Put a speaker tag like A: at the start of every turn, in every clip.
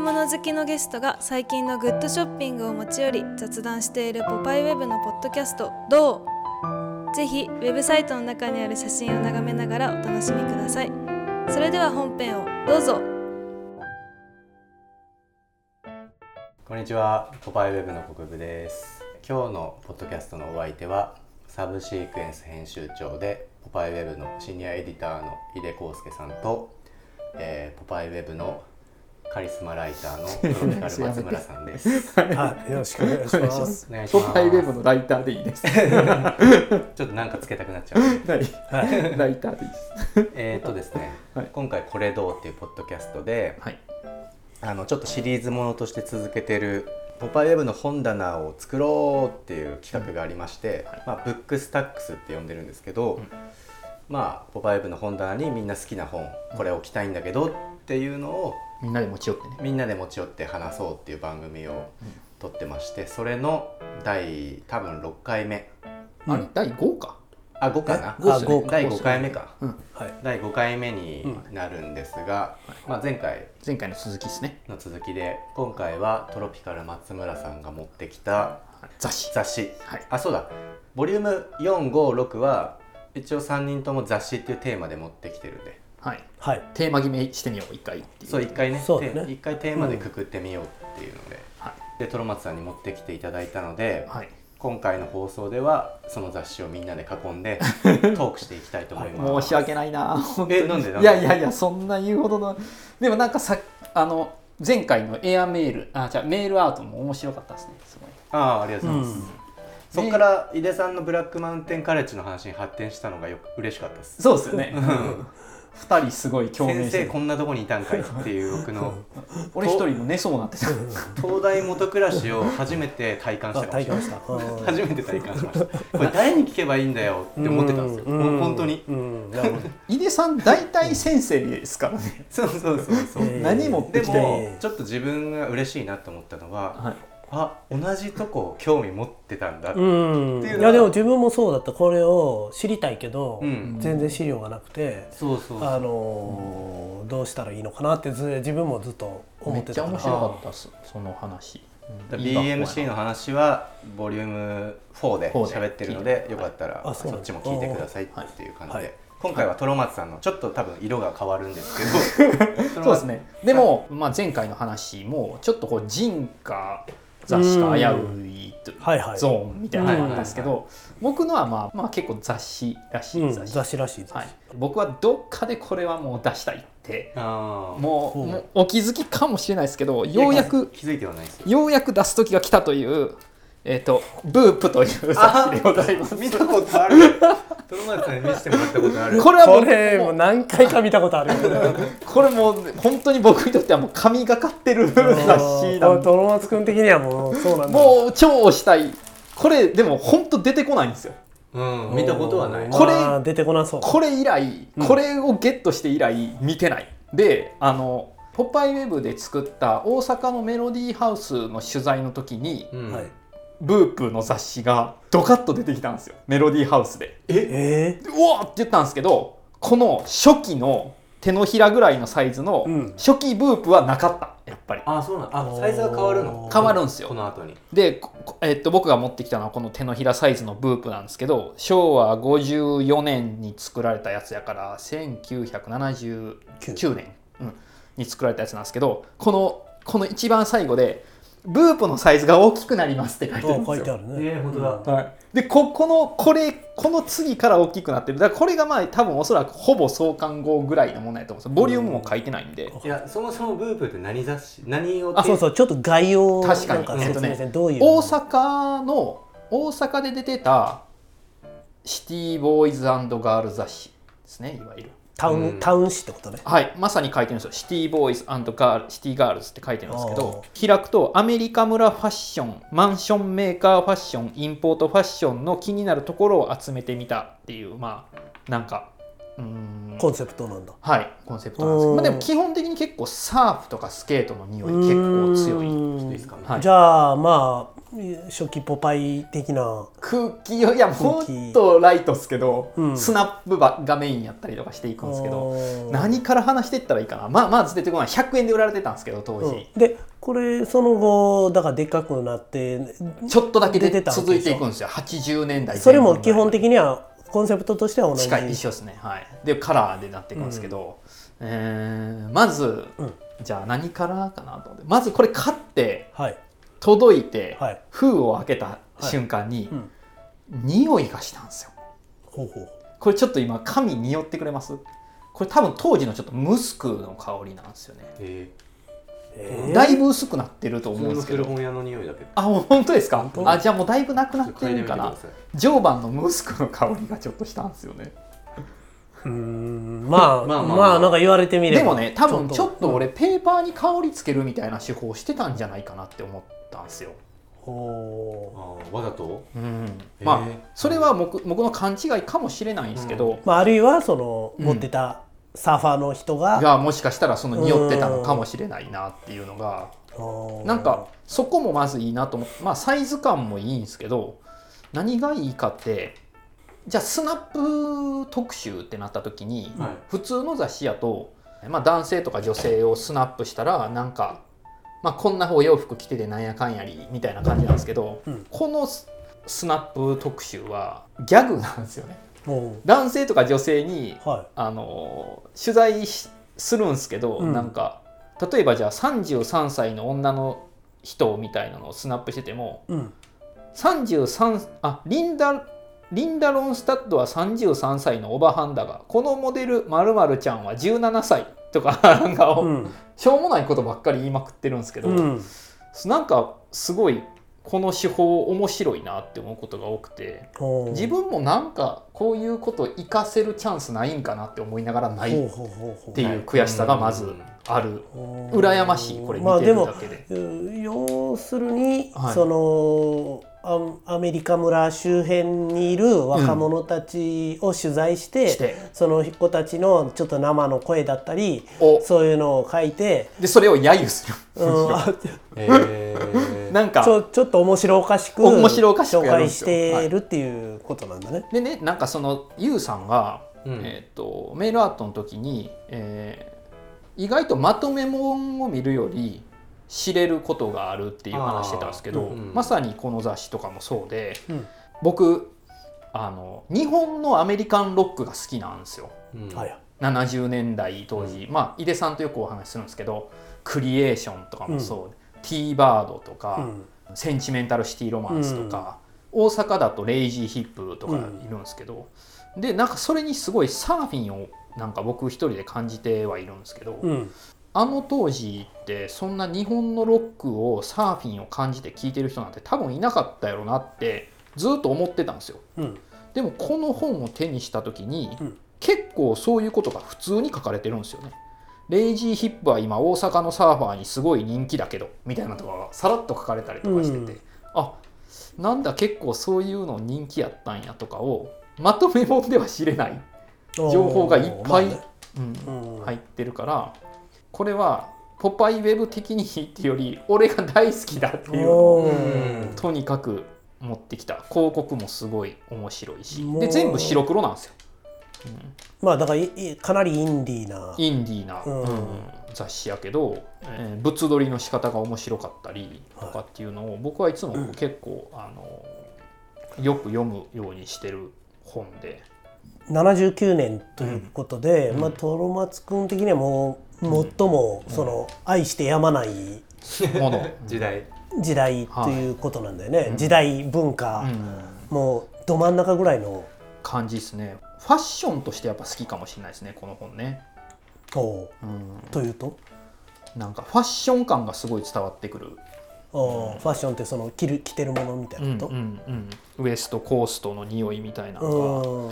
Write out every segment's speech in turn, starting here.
A: 物好きのゲストが最近のグッドショッピングを持ち寄り雑談しているポパイウェブのポッドキャスト「どう?」ぜひウェブサイトの中にある写真を眺めながらお楽しみくださいそれでは本編をどうぞ
B: こんにちは、ポパイウェブの国部です。今日のポッドキャストのお相手は、サブシークエンス編集長で、ポパイウェブのシニアエディターの井出康介さんと、えーポパイウェブのカリスマライターのトロピカル松村さんです。
C: はい、よろしくお願いします。
B: お願いし
D: ポ
B: ます。
D: パイウェブのライターでいい です。
B: ちょっとなんかつけたくなっちゃう。
D: 何
C: はい、
D: ライターでいいです。
B: えーっとですね、
D: はい
B: 今回これどうっていうポッドキャストで、
D: はい。
B: あのちょっとシリーズものとして続けてる「ポパイウェブの本棚を作ろう」っていう企画がありまして、まあ、ブックスタックスって呼んでるんですけど、まあ「ポパイウェブの本棚にみんな好きな本これ置きたいんだけど」っていうのを
D: みんなで持ち寄ってね。
B: みんなで持ち寄って話そうっていう番組を撮ってましてそれの第多分6回目
D: あれ第5か。
B: あ5かな
C: えあ五
B: 第5回目か
D: うん。
C: はい、
B: 第5回目になるんですが、まあ、前回
D: 前回の続きですね。
B: の続きで今回はトロピカル松村さんが持ってきた
D: 雑誌。
B: 雑誌、
D: はい
B: あそうだボリューム456は一応3人とも雑誌っていうテーマで持ってきてるんで
D: はい。
C: はい、
D: テーマ決めしてみよう一回っていう。
B: そう一回ね
C: そうだね
B: テ一回テーマでくくってみようっていうので、
D: は
B: でトロマツさんに持ってきていただいたので、
D: はい。
B: 今回の放送ではその雑誌をみんなで囲んでトークしていきたいと思いま
D: 申
B: す。
D: し訳ないな。本当に
B: えなんでなんで
D: いやいやいやそんな言うほどの。でもなんかさあの前回のエアメールあじゃあメールアートも面白かったですね。すごい。
B: ああありがとうございます。
C: うん
B: そこから井出さんのブラックマウンテンカレッジの話に発展したのがよく嬉しかったです。
D: そうですよね。二人すごい共鳴
B: 先
D: して
B: 生
D: る
B: こんなとこにいたんかいっていう僕の
D: 俺一人も寝そうになってた。
B: 東大元暮らしを初めて体感し
C: あ、
B: たかも
C: 体
B: しれな
C: 感
B: い
C: した。
B: 初めて体感しましたこれ誰に聞けばいいんだよって思ってたんですよ
C: う
B: ほん本当に
C: うん、なるほど。
D: 井出さん大体先生ですからね。
B: そうそうそうそう
C: えー
D: 何持って
B: で
D: き
C: え
D: て
B: も
C: ー
B: ちょっと自分が嬉しいなと思ったのは
D: はい。
B: あ同じとこ興味持ってたんだ
C: うん、
B: っていうのはい
C: や、でも、自分もそうだった。これを知りたいけど、
B: うん
C: 全然資料がなくて。
B: そうそう
C: あのーどうしたらいいのかなってず自分もずっと思
D: めっ
C: って
D: ちゃ
C: た
D: 面
C: から
D: 白かったっすその話、うん
B: BMC の話はボリューム4で
D: 4で
B: 喋ってるのでよかったら
C: あそう
B: そ
C: なん
B: っ
C: だ
B: ちも聞いてくださいっていう感じ
C: はい
B: で今回はトロマツさんのちょっと多分色が変わるんですけど
D: そう ですねでも、まあ、前回の話もちょっとこう人か雑誌か危ういという
C: はいはい
D: ゾーンみたいなのがあったんですけど僕のは、まあ、まあ結構雑誌らし
C: うん
D: い雑誌、
C: 雑誌らしいです、
D: はい、僕はどっかでこれはもう出したいって
B: あー
D: もう
C: ほう
D: もうお気づきかもしれないですけどようやく
B: 気づいてはないですよ
D: ようやく出す時が来たという。えっとブープという雑誌でございます。
B: 見たことある。トロマツさんに見せてもらったことある。
D: これはもう
C: これもう何回か見たことあるよ ね
D: これもう本当に僕にとってはもう神がかってる雑誌な
C: これ
D: んで
C: トロマツ君的にはもうそうなんだ
D: もう超押したいこれでも本当出てこないんですよ
B: うん、見たことはない。
C: こ
D: こ
C: れ、
D: れ
C: まあ出てこなそう
D: これ以来これをゲットして以来見てない、であの「ポパイウェブ」で作った大阪のメロディーハウスの取材の時に
B: うん
C: はい、
D: ブープの雑誌がドカッと出てきたんですよメロディーハウスで
C: え
D: うわーって言ったんですけどこの初期の手のひらぐらいのサイズの
C: うん
D: 初期ブープはなかったやっぱり
B: あ、そうなの。あ、サイズが変わるの。
D: 変わるんですよ
B: この後に。
D: で、ここえっと、僕が持ってきたのはこの手のひらサイズのブープなんですけど昭和54年に作られたやつやから1979年、うんに作られたやつなんですけどこのこの一番最後で「ブープのサイズが大きくなります」って書いてあるん
C: ー、あ
D: で
C: 書
D: す
C: い
D: よ
C: て。あるね
B: えー本当だ
D: はい、でここのこれこの次から大きくなってるだからこれがまあ多分おそらくほぼ創刊号ぐらいのものやと思うんですよボリュームも書いてないんで、
B: いや、そもそもブープって何雑誌、何を。
D: あ
C: そうそうちょっと概要をなん
D: 確かに
C: か説明し
D: えってとね
C: どういう
D: 大阪の大阪で出てたシティボーイズガールズ雑誌ですねいわゆる
C: タウン、
B: うん
C: タウン誌ってことね
D: はいまさに書いてるんですよシティボーイズガールシティガールズって書いてるんですけど
C: あ
D: 開くとアメリカ村ファッションマンションメーカーファッションインポートファッションの気になるところを集めてみたっていうまあなんかうーん
C: コンセプトなんだ
D: はいコンセプトなんですけ
C: お
D: ど、ま
C: ー
D: あ、でも基本的に結構サーフとかスケートの匂い結構強い
C: うん
B: いいですかね
D: はい
C: じゃあまあ初期ポパイ的な
D: 空気よいやも
C: 空気
D: っとライトっすけど、
C: うん
D: スナップばがメインやったりとかしていくんですけど
C: あー
D: 何から話していったらいいかなまあまず出てこない100円で売られてたんですけど当時、
C: うんでこれその後だからでっかくなって
D: ちょっとだけ
C: 出て
D: で
C: たわけでしょ
D: 続いていくんですよ80年代前後
C: それも基本
D: ぐらい
C: 的にはコンセプトとしては同じ
D: 近い一緒ですねはいでカラーでなっていくんですけど、えーまず、
C: うん
D: じゃあ何からかなと思ってまずこれ買って
C: はい
D: 届いて、
C: はい
D: 封を開けた瞬間に、
C: うん
D: 匂いがしたんですよ
C: ほうほう
D: これちょっと今紙匂ってくれますこれ多分当時のちょっとムスクの香りなんですよね
B: え
C: えー
D: だいぶ薄くなってると
B: ー、
D: 思
B: 普
D: う
B: 通
D: んで
B: の
D: すけ
B: 古
D: ど
B: 本屋の匂いだけど
D: あ本当ですか
C: 本当
D: あじゃあもうだいぶなくなっ
B: 嗅
D: て
B: いで
D: る
B: み
D: ん
B: て
D: か
B: くだ
D: な
B: さい
D: 常磐のムスクの香りがちょっとしたんですよね
C: うーんまあ
B: ま
C: ま
B: あ
C: あ
B: まあ
C: なんか言われてみれば
D: でもね多分ちょっと
C: うん
D: 俺ペーパーに香りつけるみたいな手法してたんじゃないかなって思ったんですよ、
C: ほ
B: あーわざと
D: うん、ま
B: へ
D: あ
B: え
D: それは僕僕の勘違いかもしれないんですけど、
C: うまああるいはその
D: うん
C: 持ってたサーファーの人が、
D: がもしかしたらその匂ってたのかもしれないなっていうのが
C: おー
D: なんかそこもまずいいなと思ってまあサイズ感もいいんですけど何がいいかってじゃあスナップ特集ってなった時に、
B: はい
D: 普通の雑誌やと、まあ、男性とか女性をスナップしたらなんか、まあ、こんなお洋服着ててなんやかんやりみたいな感じなんですけど、
C: うん
D: このススナップ特集はギャグなんですよね。
C: も
D: 男性とか女性に
C: うは
D: あの取材しするんですけど、
C: うん
D: なんか例えばじゃあ33歳の女の人みたいなのをスナップしてても
C: い、うん、
D: 33あリンダリンダ・ロンスタッドは33歳のオバハンだがこのモデル〇〇ちゃんは17歳とか なんか、
C: うん
D: しょうもないことばっかり言いまくってるんですけど、
C: うん、
D: なんかすごいこの手法面白いなって思うことが多くて
C: ほう
D: 自分もなんかこういうこと活かせるチャンスないんかなって思いながらない
C: ほうほうほうほう
D: っていう悔しさがまずある、
C: ほう
D: 羨ましいこれ見
C: まあ
D: て
C: で
D: るだ
C: も
D: けで,、
C: うん要するに、
D: はい
C: そのアアメリカ村周辺にいる若者たちを取材して,、
D: して
C: その子たちのちょっと生の声だったり
D: お
C: そういうのを書いて、
D: でそれを揶揄する
C: うん、あ
B: えー、
D: なん
C: ちょ
D: か
C: ちょっと面白おかしく
D: 面白おかしく
C: 紹
D: やるんで
C: 介し
D: すよ
C: てるっていうことなんだね。
D: でねなんかそのユウさんが、
B: うん
D: えー、とメールアートの時に、えー意外とまとめもんを見るより知れることがあるっていう話してたんですけ
B: あ
D: ど、
B: ーうんうん
D: まさにこの雑誌とかもそうで
C: うん
D: 僕あの日本のアメリカンロックが好きなんですよ。
B: うん
C: はい
D: 70年代当時、まあ井出さんとよくお話しするんですけどクリエーションとかもそう、ティーバードと
C: う
D: か、
C: ん
D: センチメンタルシティロマンスとか、大阪だとレイジーヒップとかいるんですけど、でなんかそれにすごいサーフィンをなんか僕一人で感じてはいるんですけど、
C: うん
D: あの当時ってそんな日本のロックをサーフィンを感じて聴いてる人なんて多分いなかったやろなってずっと思ってたんですよ。
C: うん
D: でもこの本を手にした時に、
C: うん
D: 結構そういうことが普通に書かれてるんですよね。レイジーヒップは今大阪のサーファーにすごい人気だけどみたいなとかがさらっと書かれたりとかしてて、
C: うん
D: あなんだ結構そういうの人気やったんやとかをまとめ本では知れない、情報がいっぱい
C: まあね
D: うん
C: うん
D: 入ってるからこれはポパイウェブ的にっていうより俺が大好きだっていうのを
C: お
B: う
C: ー
B: ん
D: とにかく持ってきた広告もすごい面白いし
C: も
D: で
C: う
D: 全部白黒なんですよ、
C: まあだからいいかなりインディーな
D: うんインディーな、
C: うん
D: うん雑誌やけど、えー物撮りの仕方が面白かったりとかっていうのを僕はいつも結構、あのよく読むようにしてる本で
C: 79年ということで、
D: うん
C: まあ、トロマツ君的にはもう最もその愛してやまない
D: も の、
B: 時代
C: 時代ということなんだよね、
D: いうん
C: 時代文
D: う
C: 化、
D: ん
C: もうど真ん中ぐらいの
D: 感じですねファッションとしてやっぱ好きかもしれないですねこの本ね、
C: と
D: うん、
C: というと
D: なんかファッション感がすごい伝わってくる
C: あーファッションってその着る着てるものみたいなこと、
D: うんうんうん、ウエストコーストの匂いみたいなのが、
C: うん
D: うん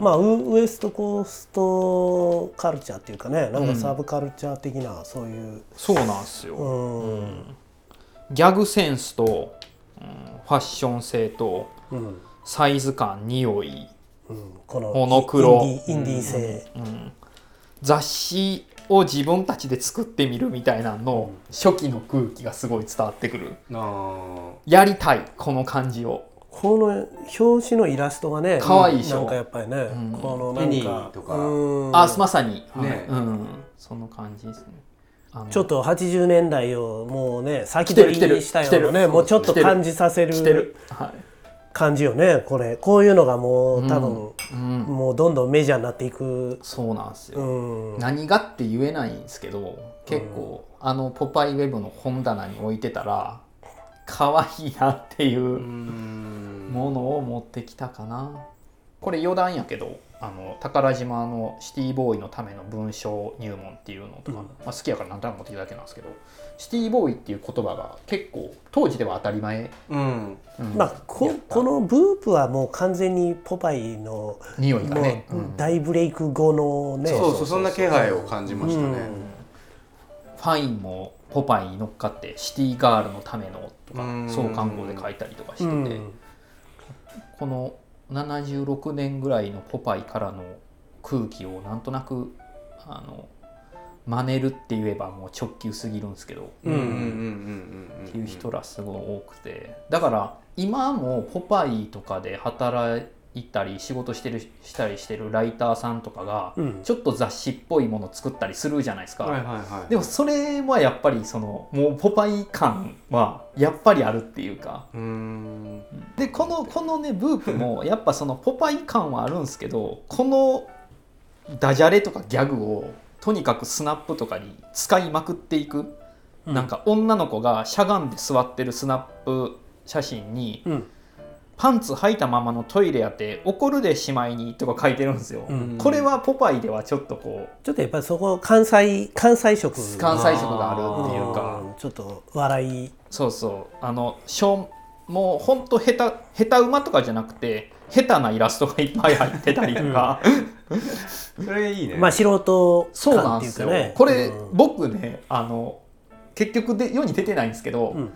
C: まあ、ウウエストコーストカルチャーっていうかねなんかサブカルチャー的なそういう、
D: そうなんですよ、
C: うん
D: うんギャグセンスと、うんファッション性と
C: うん
D: サイズ感匂い、
C: うんこの
D: モノクロ
C: インディーインディー性、
D: うん雑誌を自分たちで作ってみるみたいなのの初期の空気がすごい伝わってくる
B: あ
D: やりたいこの感じを
C: この表紙のイラストがね
D: 可愛いでしょ
C: なんかやっぱりね、
D: ん
C: このな
B: ミ
C: ん
B: ニ
C: か
B: とか
C: うん
D: あまさに、
B: ね
D: うん、その感じですねあの
C: ちょっと80年代をもうね先取
D: 来て
C: り
D: る
C: にした
D: 来て
C: よう
D: る
C: なねもうちょっと
D: 来てる
C: 感じさせ
D: 来て
C: る
D: る、は
C: 感じよねこれこういうのがもう多分、
D: いうん、
C: もうどんどんメジャーになっていく、
D: そうなんですよ、
C: うん、
D: 何がって言えないんですけど結構、あの「ポパイウェブ」の本棚に置いてたら可愛いなっていう
B: ーうん
D: ものを持ってきたかなこれ余談やけどあの宝島のシティボーイのための文章入門っていうのとか、
C: うん
D: まあ、好きやから何となく持ってきただけなんですけどシティボーイっていう言葉が結構当時では当たり前、
B: うん
D: うん
C: まあこ
D: やった
C: このブープはもう完全にポパイの
D: 匂いが
C: も
D: ね、
C: う
D: うん
C: 大ブレイク後のね、
B: そうそうそんな気配を感じましたね、
D: ファインもポパイに乗っかってシティガールのためのとか
B: うん
D: 創刊号で書いたりとかしてて、
C: うん
D: この76年ぐらいのポパイからの空気をなんとなくあの真似るって言えばもう直球すぎるんですけど、
B: うんうんうんうんうん
D: っていう人らすごい多くてだから今も「ポパイ」とかで働いたり仕事してるしたりしてるライターさんとかが
C: うん
D: ちょっと雑誌っぽいもの作ったりするじゃないですか。
B: はいはいはい
D: でもそれはやっぱりそのもうポパイ感はやっぱりあるっていうか
B: うーん
D: でこのこのねブープ もやっぱそのポパイ感はあるんですけどこのダジャレとかギャグをとにかくスナップとかに使いまくっていく、
C: うん
D: なんか女の子がしゃがんで座ってるスナップ写真に
C: うん
D: パンツ履いたままのトイレやって怒るでしまいにとか書いてるんですよ、
C: うん
D: これはポパイではちょっとこ
C: ちょっとやっぱりそこ関西関西色
D: う関西色があるっていうか、
C: うんちょっと笑い
D: そうそうあのしょうもうほんと下手下手馬とかじゃなくて下手なイラストがいっぱい入ってたりとか、
B: それいいね
C: まあ素人
D: そうな
C: 感
D: ん
C: って
D: で
C: いう
D: す
C: か
D: よ、
C: ね
D: これ、
C: うん
D: 僕ねあの結局で世に出てないんですけど「
C: うん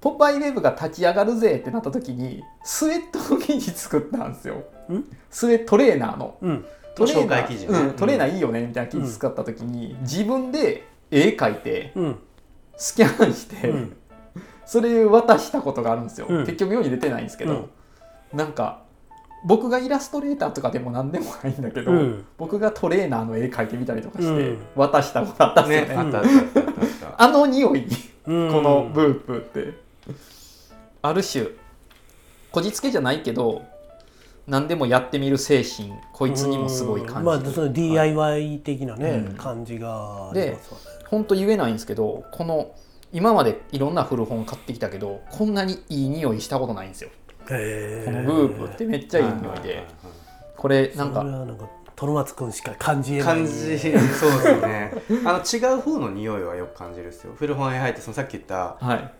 D: ポパイウェブが立ち上がるぜ」ってなった時にスウェットの生地作ったんですよ
C: ん
D: スウェトレーナーの
C: うん
D: トレー
B: 紹
D: ナ
B: 介
D: ー、
B: 記事ね
D: うん、トレーナーいいよねみたいな記事使った時に、自分で絵描いて
C: うん
D: スキャンして、
C: うん
D: それ渡したことがあるんですよ、
C: うん
D: 結局世に出てないんですけど、なんか僕がイラストレーターとかでも何でもないんだけど、
C: うん
D: 僕がトレーナーの絵描いてみたりとかし
C: う
D: て
C: ん
D: 渡したことあったんですよ
B: ね
D: ね、
B: あったあったあったあった
D: あの匂い
C: うん
D: このブープって、ある種こじつけじゃないけど何でもやってみる精神こいつにもすごい感じ
C: うんまあその DIY 的なね、
D: うん
C: 感じがあり
D: で
C: ますわね
D: 本当言えないんですけどこの今までいろんな古本買ってきたけどこんなにいい匂いしたことないんですよ
C: へ
D: この
C: ー
D: ブープってめっちゃいい匂いでこれなん
C: それ
D: か
C: はなんかトロマツくんしか感じえない
B: 感じそうですねあの違う方の匂いはよく感じるですよ古本屋入ってそのさっき言った
D: はい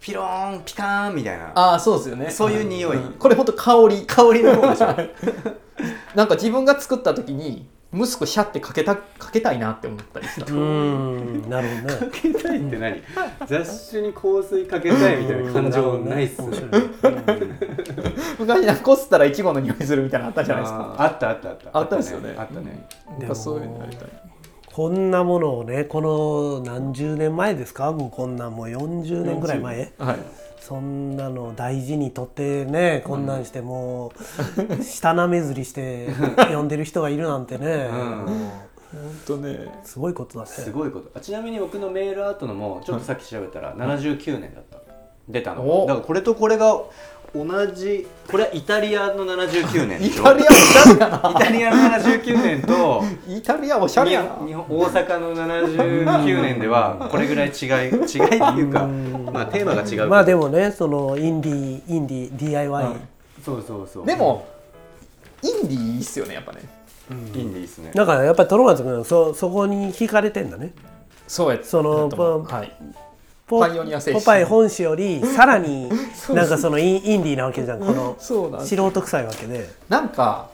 B: ピローンピカーンみたいな
D: ああそうですよね
B: そういう匂い
D: んこれ本当香り
B: 香りの方でしょ
D: なんか自分が作った時にムスクシャってかけたかけたいなって思ったりした
C: うんなるほどね
B: かけたいって何雑種に香水かけたいみたいな感情ないっす
C: う
B: ね
C: ん面白いね
D: 昔なんかこすったらいちごの匂いするみたいなのあったじゃないです
B: あー
D: か
B: あったあったあった
D: あったですよね
B: あったね
D: なんかそういうのやりたい
C: こんなものをねこの何十年前ですかもうこんなもう40年ぐらい前
D: はい
C: そんなのを大事にとってねこんなんしてもう舌なめずりして呼んでる人がいるなんてね、
B: うん
D: 本当ね
C: すごいことだね
B: すごいことあちなみに僕のメールアートのもちょっとさっき調べたら79年だった出たの
D: お
B: だからこれとこれが同じこれはイタリアの79年で
D: イ
B: しょ
D: タリアおしゃれやな
B: イタリアの79年と
D: イタリアおしゃれやな
B: 日本大阪の79年ではこれぐらい違 い違いっていうかまあテーマが違うから
C: まあでもねそのインディーインディー DIY、
D: うん
B: そうそうそう
D: でもインディーいいっすよねやっぱね
B: いいんでいいっすね
C: なんかやっぱりトロマツ君そそこに惹かれてんだね
D: そうや
C: その
D: だと思う
C: パ
D: はい
C: ポ
D: パイオニア精神
C: ポパイ本誌よりさらになんかそのインインディーなわけじゃんこの
D: そうなんです
C: 素人臭いわけで
D: なんか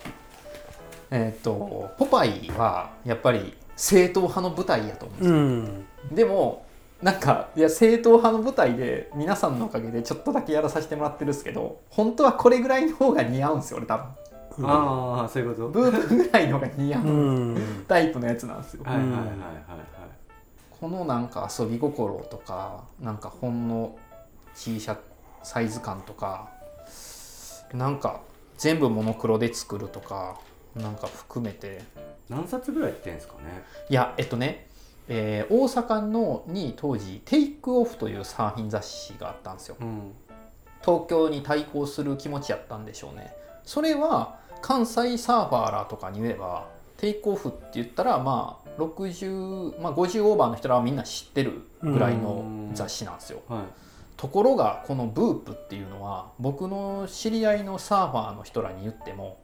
D: えっ、とポパイはやっぱり正統派の舞台やと思うんです
C: う
D: よ、
C: ん
D: でもなんかいや正統派の舞台で皆さんのおかげでちょっとだけやらさせてもらってるんですけど本当はこれぐらいの方が似合うんですよ俺多分
C: う
B: ああそういうこと
D: ブープぐらいのが似合う、
C: うん
D: タイプのやつなんですよ、
B: はいはいはいはいはい
D: このなんか遊び心とかなんかほんの小さサイズ感とかなんか全部モノクロで作るとかなんか含めて
B: 何冊ぐらいやってんですかね
D: いやえっとね、えー大阪のに当時「テイクオフ」というサーフィン雑誌があったんですよ
B: うん
D: 東京に対抗する気持ちやったんでしょうねそれは関西サーファーらとかに言えばテイクオフって言ったらまあ60、まあ、50オーバーの人らはみんな知ってるぐらいの雑誌なんですよ
B: はい
D: ところがこのブープっていうのは僕の知り合いのサーファーの人らに言っても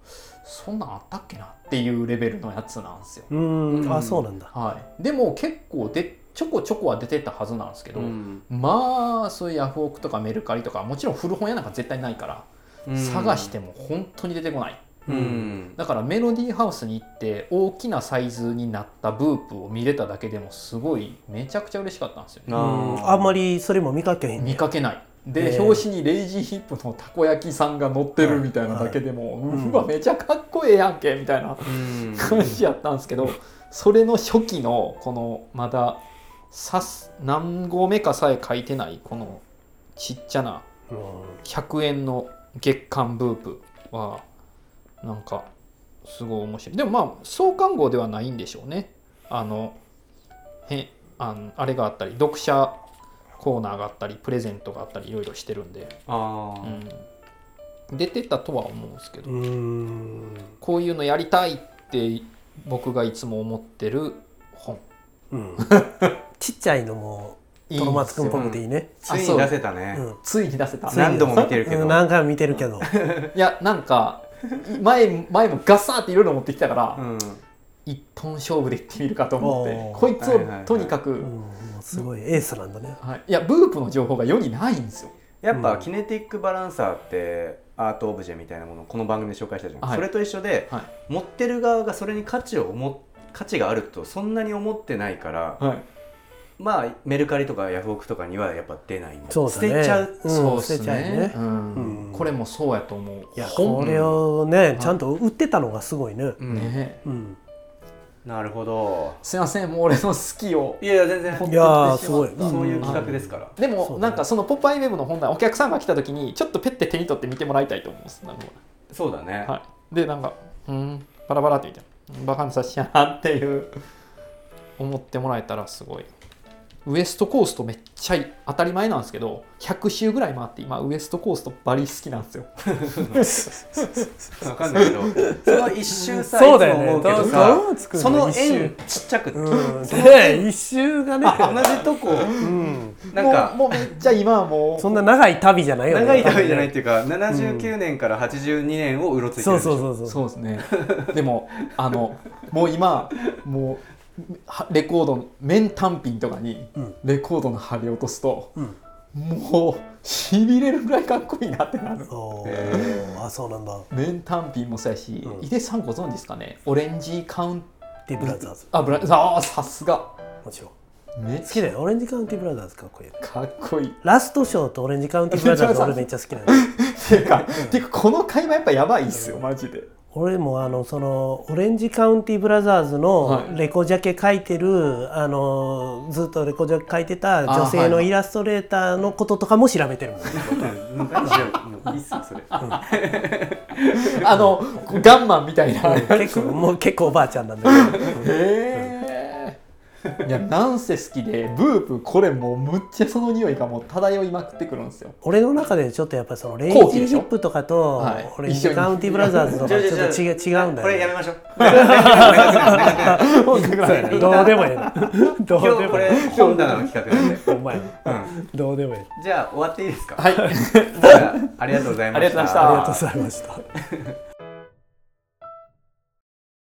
D: そんなんあったっけなっていうレベルのやつなんですよ、
C: うんあそうなんだ
D: はい、でも結構でちょこちょこは出てたはずなんですけど、
B: うん
D: まあそういうヤフオクとかメルカリとかもちろん古本屋なんか絶対ないから探しても本当に出てこない
B: うん
D: だからメロディーハウスに行って大きなサイズになったブープを見れただけでもすごいめちゃくちゃ嬉しかったんですよね
C: うんあんまりそれも見かけへんね
D: 見かけない
C: へ
D: で
C: え
D: 表紙にレイジーヒップのたこ焼きさんが乗ってるみたいなだけでも、うわめちゃかっこええやんけみたい
B: う
D: な
B: ん
D: 感じやったんですけどそれの初期のこのまださす何合目かさえ書いてないこのちっちゃな
C: うん
D: 100円の月間ブープはなんかすごい面白いでもまあ創刊号ではないんでしょうねあのへあのあれがあったり読者コーナーがあったりプレゼントがあったりいろいろしてるんで、
B: ああ
D: うん、出てたとは思うんですけど
C: うん
D: こういうのやりたいって僕がいつも思ってる本
C: うんちっちゃいのもトロマツくんっぽくていいね
B: ついに出せたね
C: うん
D: ついに出せた
C: ついに
B: 何度も見てるけ
C: う
B: ど
C: ん何回も見てるけど
D: いやなんか前前もガサーっていろいろ持ってきたから、
B: うん
D: 一本勝負でいってみるかと思って
C: おー
D: こいつ
B: はいはいは
D: を
B: い
D: とにかく、
C: うんもうすごいエースなんだね
D: はい、いやブープの情報が世にないんですよ
B: やっぱ
C: うん
B: キネティックバランサーってアートオブジェみたいなものをこの番組で紹介したじゃん、
D: はい
B: それと一緒で
D: は
B: 持ってる側がそれに価値を思っ価値があるとそんなに思ってないから
D: い、はい、
B: まあメルカリとかヤフオクとかにはやっぱ出ないんだ
C: そうだね
B: 捨てちゃう、
C: うん
D: そうっ
C: 捨
D: す
C: てちゃうよ
D: ね
C: ね
D: うん
C: うん
D: これもそうやと思う
C: いや
D: 本
C: これをねちゃんと売ってたのがすごいね
D: ね
C: うん
B: なるほど
D: すいませんもう俺の好きを
B: いやいや全然
D: 本
C: いやーすごい
B: そういう
C: うん
B: 企画ですから、
D: で
C: そう
D: も
C: ね
D: なんかその「ポパイウェブ」の本来お客さんが来た時にちょっとペッて手に取って見てもらいたいと思うんですなんか
B: そうだね、
D: はい、でなんか「うんバラバラ」って見て「バカにさしやな」っていう思ってもらえたらすごいウエストコーストめっちゃいい当たり前なんですけど100周ぐらい回って今ウエストコーストバリ好きなんですよ
B: わかんないけ どその一周さ
C: そ
B: いうつ
C: だよ
B: も
C: ね
B: 思うけど
C: ど
B: さ
C: どう作る
B: そ
C: の
B: の
C: 一周
B: 円ちっちゃく、
C: うんで一周がね
B: 同じとこ
C: うん
B: なんか
D: もうもうめっちゃ今はもう
C: そんな長い旅じゃないよね
B: 長い旅じゃないっていうか、79年から82年をうろついて
C: そ
B: る
C: うん
B: でしょ
C: そうそうそう
D: そうですねでもあのもう今もうはレコードの面単品とかに
C: うん
D: レコードの張り落とすと、
C: うん
D: もうしびれるぐらいかっこいいなってなる
C: おー
B: へ
C: あそうなんだ
D: 面単品もそうやし、
C: うん
D: 井出さんご存知ですかねオレンジカウン
C: ティブラザーズ
D: あブラあーさすが
C: もちろん
D: めっ
C: 好
D: ち
C: きだよオレンジカウンティブラザーズかっこいい
D: ゃかっこいいっ
C: ラストショーとオレンジカウンティブラザーズ俺めっちゃ好きなの
D: ていうかていうかこの会話やっぱやばいっすよマジで
C: 俺もあのそのオレンジカウンティブラザーズの
D: はい
C: レコジャケ描いてるあのずっとレコジャケ描いてた女
D: あは
C: 性
D: い
C: の
D: はい
C: イラストレーターのこととかも調べてるもん
B: うん何しようもういいっすよそれ
D: あのガンマンみたいなへ
C: 結構もう結構おばあちゃんなんだけど
D: えいやなんせ好きでブープこれもうむっちゃその匂いがもう漂いまくってくるんですよ
C: 俺の中でちょっとやっぱりそのレイジ
D: 後期
C: ー
D: でし
C: ヒ
D: ょ
C: ップとかと
D: はい
C: オレンジカウンティブラザーズとかちょっと違う違うんだ
B: これや
C: よ
B: め
C: ね
B: ましょ う
C: そうどうでもええなどう
B: 今日
C: で
B: こ
C: も
B: れ
C: え
B: 本棚の企画なんで、
C: えお前
B: うん、
C: どうでもええ
B: じゃあ終わっていいですか
D: はい
B: じゃあありがとうございました
D: ありがとうございました
C: ありがとうございました